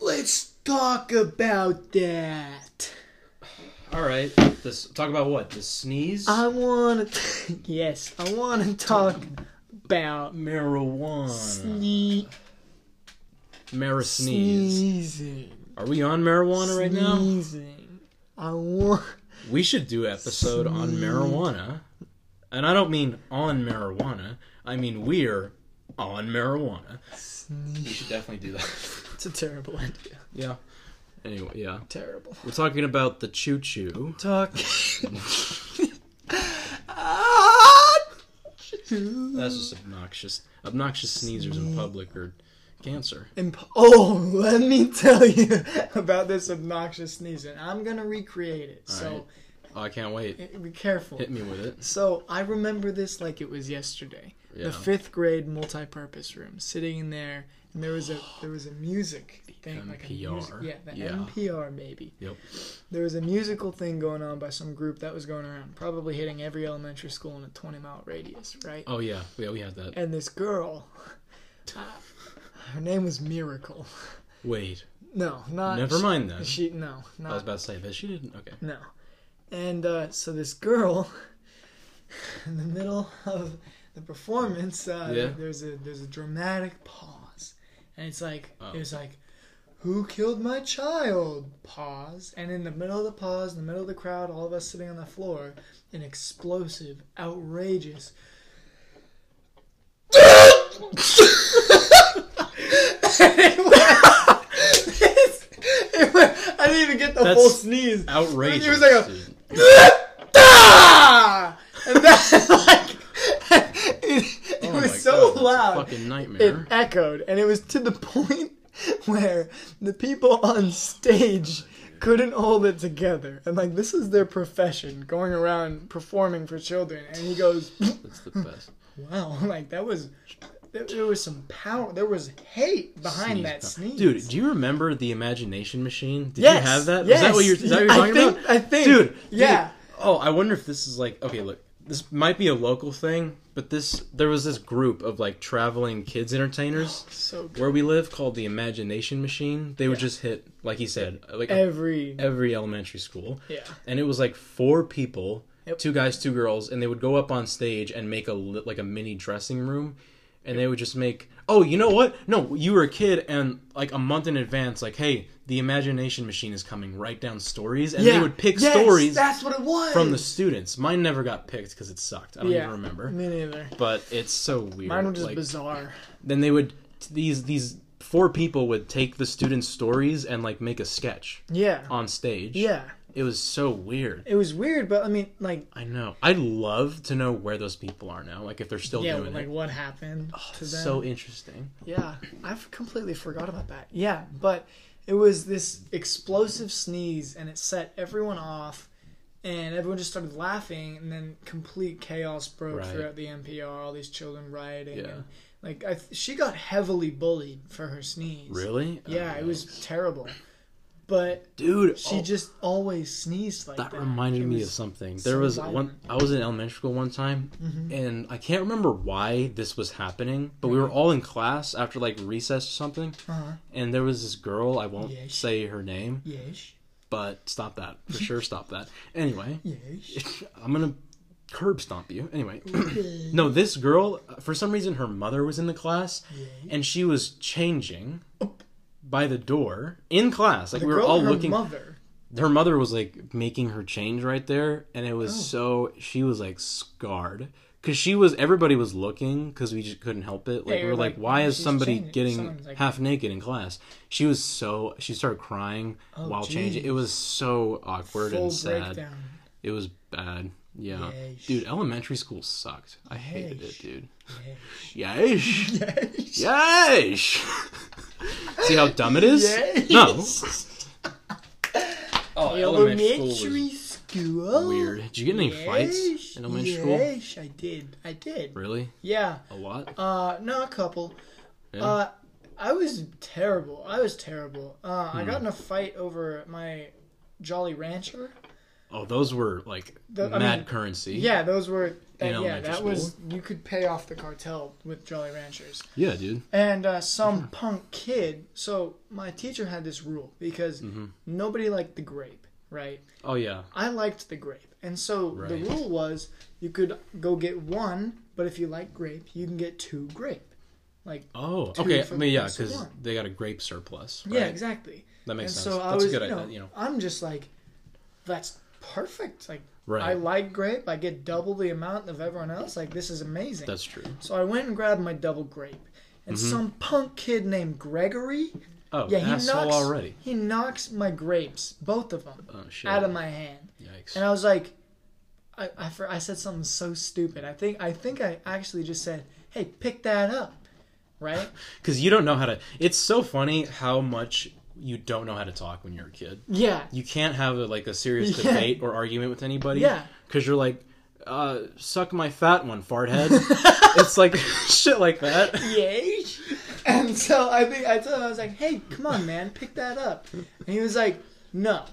Let's talk about that. All right. This talk about what? The sneeze. I want to. Yes, I want to talk about marijuana. sne- Mara sneeze. sneezing. Are we on marijuana right now? Sneezing. I want. We should do episode on marijuana. And I don't mean on marijuana. I mean we're on marijuana. We should definitely do that. It's a terrible idea. yeah. Anyway, yeah. Terrible. We're talking about the choo choo. Talk. ah! That's just obnoxious. Obnoxious sneezers in public are cancer. Imp- oh, let me tell you about this obnoxious sneezing. I'm gonna recreate it, so Oh, I can't wait. eh, be careful. Hit me with it. So I remember this like it was yesterday. Yeah. The fifth grade multi-purpose room, sitting in there, and there was a there was a music thing, like a NPR. music, yeah, the Yeah. NPR maybe. Yep. There was a musical thing going on by some group that was going around, probably hitting every elementary school in a 20 mile radius, right? Oh yeah, yeah, we had that. And this girl, uh, her name was Miracle. Wait, No, not never mind that. She no, I was not about to say that she didn't. Okay. no. And uh, so this girl, in the middle of the performance, uh, Yeah. there's a there's a dramatic pause, and it's like Oh. it was like, "Who killed my child?" Pause, and in the middle of the pause, in the middle of the crowd, all of us sitting on the floor, an explosive, outrageous. it went- it went- I didn't even get the That's- full sneeze. Outrageous. He was like a- dude. Ah! and that like it, it Oh my was so God, that's a loud fucking it nightmare. echoed and it was to the point where the people on stage couldn't hold it together and like this is their profession going around performing for children and he goes That's the best. wow like that was there, there was some power there was hate behind that sneeze Dude, do you remember the imagination machine? Did Yes, you have that? yes. Is that what you're, is that what you're I talking think- about? I think, Dude, yeah. dude. Oh, I wonder if this is like okay, look. This might be a local thing, but this there was this group of like traveling kids entertainers so good. where we live called the Imagination Machine. They would just hit like he said, like a every every elementary school. Yeah. And it was like four people, Yep. two guys, two girls, and they would go up on stage and make a li- like a mini dressing room, and they would just make. Oh, you know what? No, you were a kid, and like a month in advance, like, hey, the imagination machine is coming. Write down stories, and they would pick Yes, stories that's what it was from the students. Mine never got picked because it sucked. I don't even remember. me neither But it's so weird. mine were just like, bizarre Then they would these these four people would take the students' stories and like make a sketch yeah on stage. yeah It was so weird. it was weird but i mean like I know. I'd love to know where those people are now. Like if they're still yeah, doing like it. Oh, what happened to them. So interesting. yeah, I've completely forgot about that. Yeah, but it was this explosive sneeze, and it set everyone off, and everyone just started laughing, and then complete chaos broke Right. throughout the NPR. All these children rioting, Yeah. and like I, th- she got heavily bullied for her sneeze. Really? Oh, Yeah, Okay. it was terrible, but Dude, she oh, just always sneezed like that. that reminded It me was- of something. so There was one violent. Mm-hmm. I was in elementary school one time and I can't remember why this was happening, but we were all in class after like recess or something Uh-huh. and there was this girl, I won't Yes. say her name, Yes. but stop that. For sure stop that. Anyway, Yes. I'm going to curb stomp you. Anyway, No, this girl, for some reason, her mother was in the class, and she was changing by the door in class. Like we were Girl, all her looking. Mother. her mother was like making her change right there, and it Oh. was so she was like scarred because she was everybody was looking because we just couldn't help it. Like we you're were like, like, why is she's somebody changing. getting Someone's, like- half naked in class? She was so she started crying while changing. It was so awkward Oh, Full and sad. breakdown. It was bad. Yeah. Yeesh. Dude, elementary school sucked. I hated it, Yeesh. dude. Yesh. Yes. Yesh. See how dumb it is? Yesh. No. Oh, Elementary school. weird. Did you get any fights in elementary school? Yes, I did. I did. Really? Yeah. A lot? Uh, no, a couple. Yeah. Uh, I was terrible. I was terrible. Uh, Hmm. I got in a fight over my Jolly Rancher. Oh, those were like The- I mad mean, currency. Yeah, those were in That, yeah, elementary that school. was you could pay off the cartel with Jolly Ranchers. yeah, dude. And uh, Uh-huh. some punk kid. So my teacher had this rule because Mm-hmm. nobody liked the grape, right? Oh yeah. I liked the grape. And so the Right. rule was you could go get one, but if you like grape, you can get two grape. Like Oh, Two okay. I for mean, yeah, the price of because one. they got a grape surplus. yeah, right? exactly. That makes and sense. So I That's was, a good you know, idea. You know, I'm just like that's perfect. Like Right. I like grape. I get double the amount of everyone else. Like this is amazing. that's true. So I went and grabbed my double grape. And Mm-hmm. some punk kid named Gregory, Oh, yeah, he knocks asshole already. he knocks my grapes, both of them, Oh shit. out of my hand. Yikes. And I was like, I, I, for- I said something so stupid. I think I think I actually just said, "Hey, pick that up," right? Because you don't know how to. It's so funny how much you don't know how to talk when you're a kid. Yeah, You can't have a, like a serious Yeah. debate or argument with anybody. Yeah. Because you're like, uh, suck my fat one, fart head. it's like shit like that. yay! And so I think I told him I was like, "Hey, come on, man, pick that up." And he was like, "No."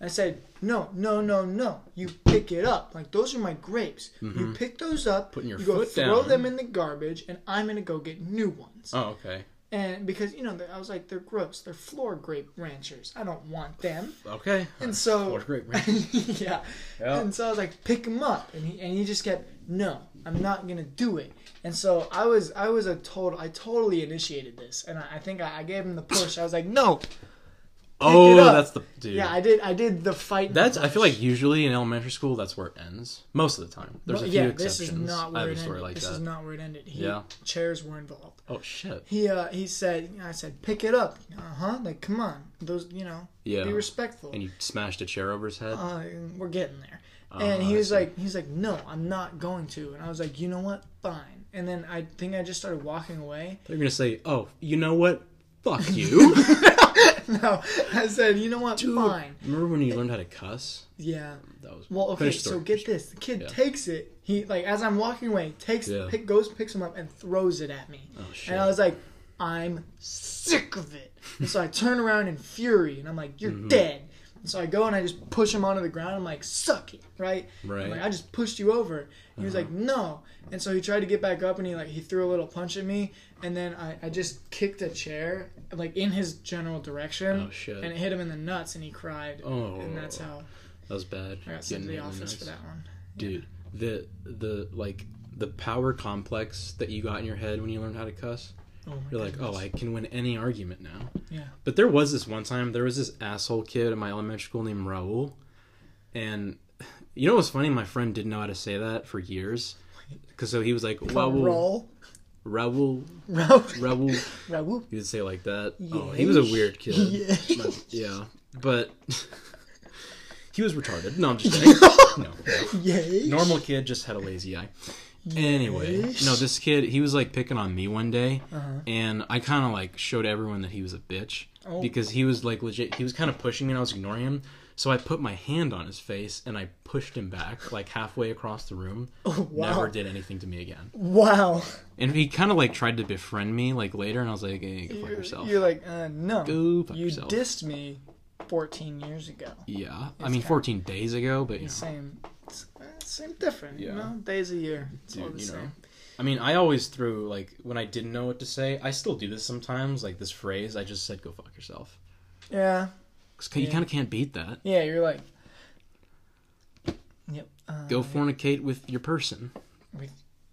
I said, "No, no, no, no. You pick it up. Like those are my grapes. You pick those up. Mm-hmm. Putting your you go foot throw down. them in the garbage, and I'm gonna go get new ones." Oh, okay. And because you know, I was like, "They're gross. They're floor grape ranchers. I don't want them." Okay. And so, Or grape ranch. yeah. Yeah. And so I was like, pick him up, and he and he just kept, no, I'm not gonna do it. And so I was I was a total I totally initiated this, and I, I think I, I gave him the push. I was like, no, oh, up. that's the dude. yeah, I did I did the fight. That's. I push. feel like usually in elementary school, that's where it ends most of the time. There's But a few yeah, exceptions. this is not where I have it a story ended. like this that. is not where it ended. He, Yeah. chairs were involved. oh shit. He uh he said I said pick it up. Uh huh. Like come on, those you know Yeah. be respectful. And you smashed a chair over his head. uh, we're getting there. And he Uh-huh, I was see. like, he's like, no, I'm not going to. And I was like, you know what? Fine. And then I think I just started walking away. They're gonna say, "Oh, you know what? Fuck you." No, I said, you know what? Fine. Remember when you learned how to cuss? Yeah. That was Well, okay. Finish the So story. get this: the kid Yeah. takes it. He like as I'm walking away, takes Yeah. pick, goes picks him up and throws it at me. Oh shit! and I was like, I'm sick of it. And so I turn around in fury and I'm like, you're Mm-hmm. dead. And so I go and I just push him onto the ground. I'm like, suck it, right? Right. Uh-huh. I'm like, I just pushed you over. He was like, no. And so he tried to get back up and he like he threw a little punch at me. And then I, I just kicked a chair like in his general direction. Oh, shit. And it hit him in the nuts and he cried. Oh. And that's how that was bad. I got sent to Getting the hit in office for nuts. that one. Dude, the the like the power complex that you got in your head when you learned how to cuss. Oh my You're like, goodness. "Oh, I can win any argument now." Yeah. But there was this one time. There was this asshole kid in my elementary school named Raul, and you know what's funny? My friend didn't know how to say that for years. Cause so he was like Raul, Roll. Raul, Roll. Raul. Roll. He would say it like that. Oh, he was a Yes. weird kid. Yes. But- yeah, but he was retarded. No, I'm just kidding. no, Yay. normal kid just had a lazy eye. Anyway, Yes. no, this kid he was like picking on me one day, Uh-huh. and I kind of like showed everyone that he was a bitch Oh. because he was like legit. He was kind of pushing me, and I was ignoring him. So I put my hand on his face and I pushed him back like halfway across the room. Oh, wow. Never did anything to me again. Wow. And he kind of like tried to befriend me like later, and I was like, hey, go fuck You're, yourself. you're like, uh, no. Go fuck you yourself. dissed me 14 years ago. Yeah, I It's mean, kinda- 14 days ago, but you know, Same. it's- uh, Same different. Yeah. You know, days a year. It's all the dude, you know. same. I mean, I always threw like when I didn't know what to say. I still do this sometimes. Like this phrase, I just said, "Go fuck yourself," Yeah. 'Cause you Yeah. kind of can't beat that. Yeah, you're like, yep. Uh, Go fornicate with your person, with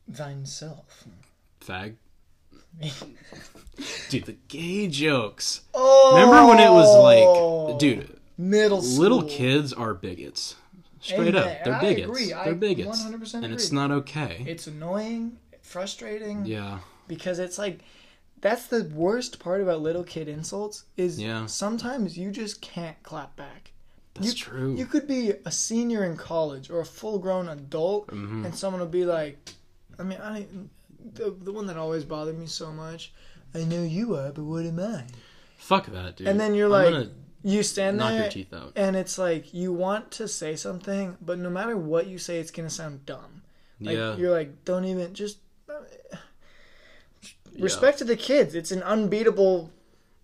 thine self. fag. dude, the gay jokes. Oh! Remember when it was like, dude, Middle Oh, school. little kids are bigots. Straight Amen. up, they're I bigots. agree. I They're bigots, 100% and it's agree. not okay. It's annoying, frustrating. yeah, because it's like that's the worst part about little kid insults is Yeah. sometimes you just can't clap back. that's you, true. You could be a senior in college or a full grown adult, Mm-hmm. and someone will be like, I mean, I the, the one that always bothered me so much. I know you are, but what am I? Fuck that, dude. And then you're I'm like, gonna you stand knock there, your teeth out. and it's like you want to say something, but no matter what you say, it's gonna sound dumb. Like, yeah, You're like, don't even just. uh, Respect to the kids. It's an unbeatable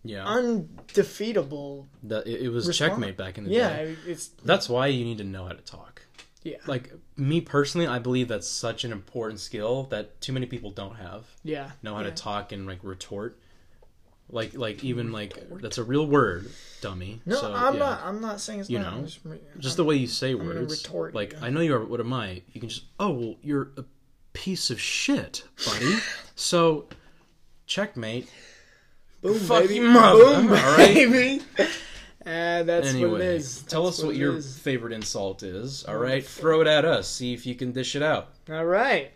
yeah. undefeatable. That it, it was Respond. checkmate back in the Yeah, day. it's That's why you need to know how to talk. Yeah. Like me personally, I believe that's such an important skill that too many people don't have. yeah. Know how yeah. to talk and like retort. Like like even like that's a real word, dummy. No, so, I'm yeah. not. I'm not saying it's You not. know, I'm just, re- Just the way you say gonna words. retort like you. I know you are. What am I? You can just oh well, you're a piece of shit, buddy. so checkmate. boom, fuck baby, your mother, boom, all right? baby. And that's what it Anyway, is. tell That's us what, it your is. Oh, favorite insult is. All right, throw it at us. See if you can dish it out. All right.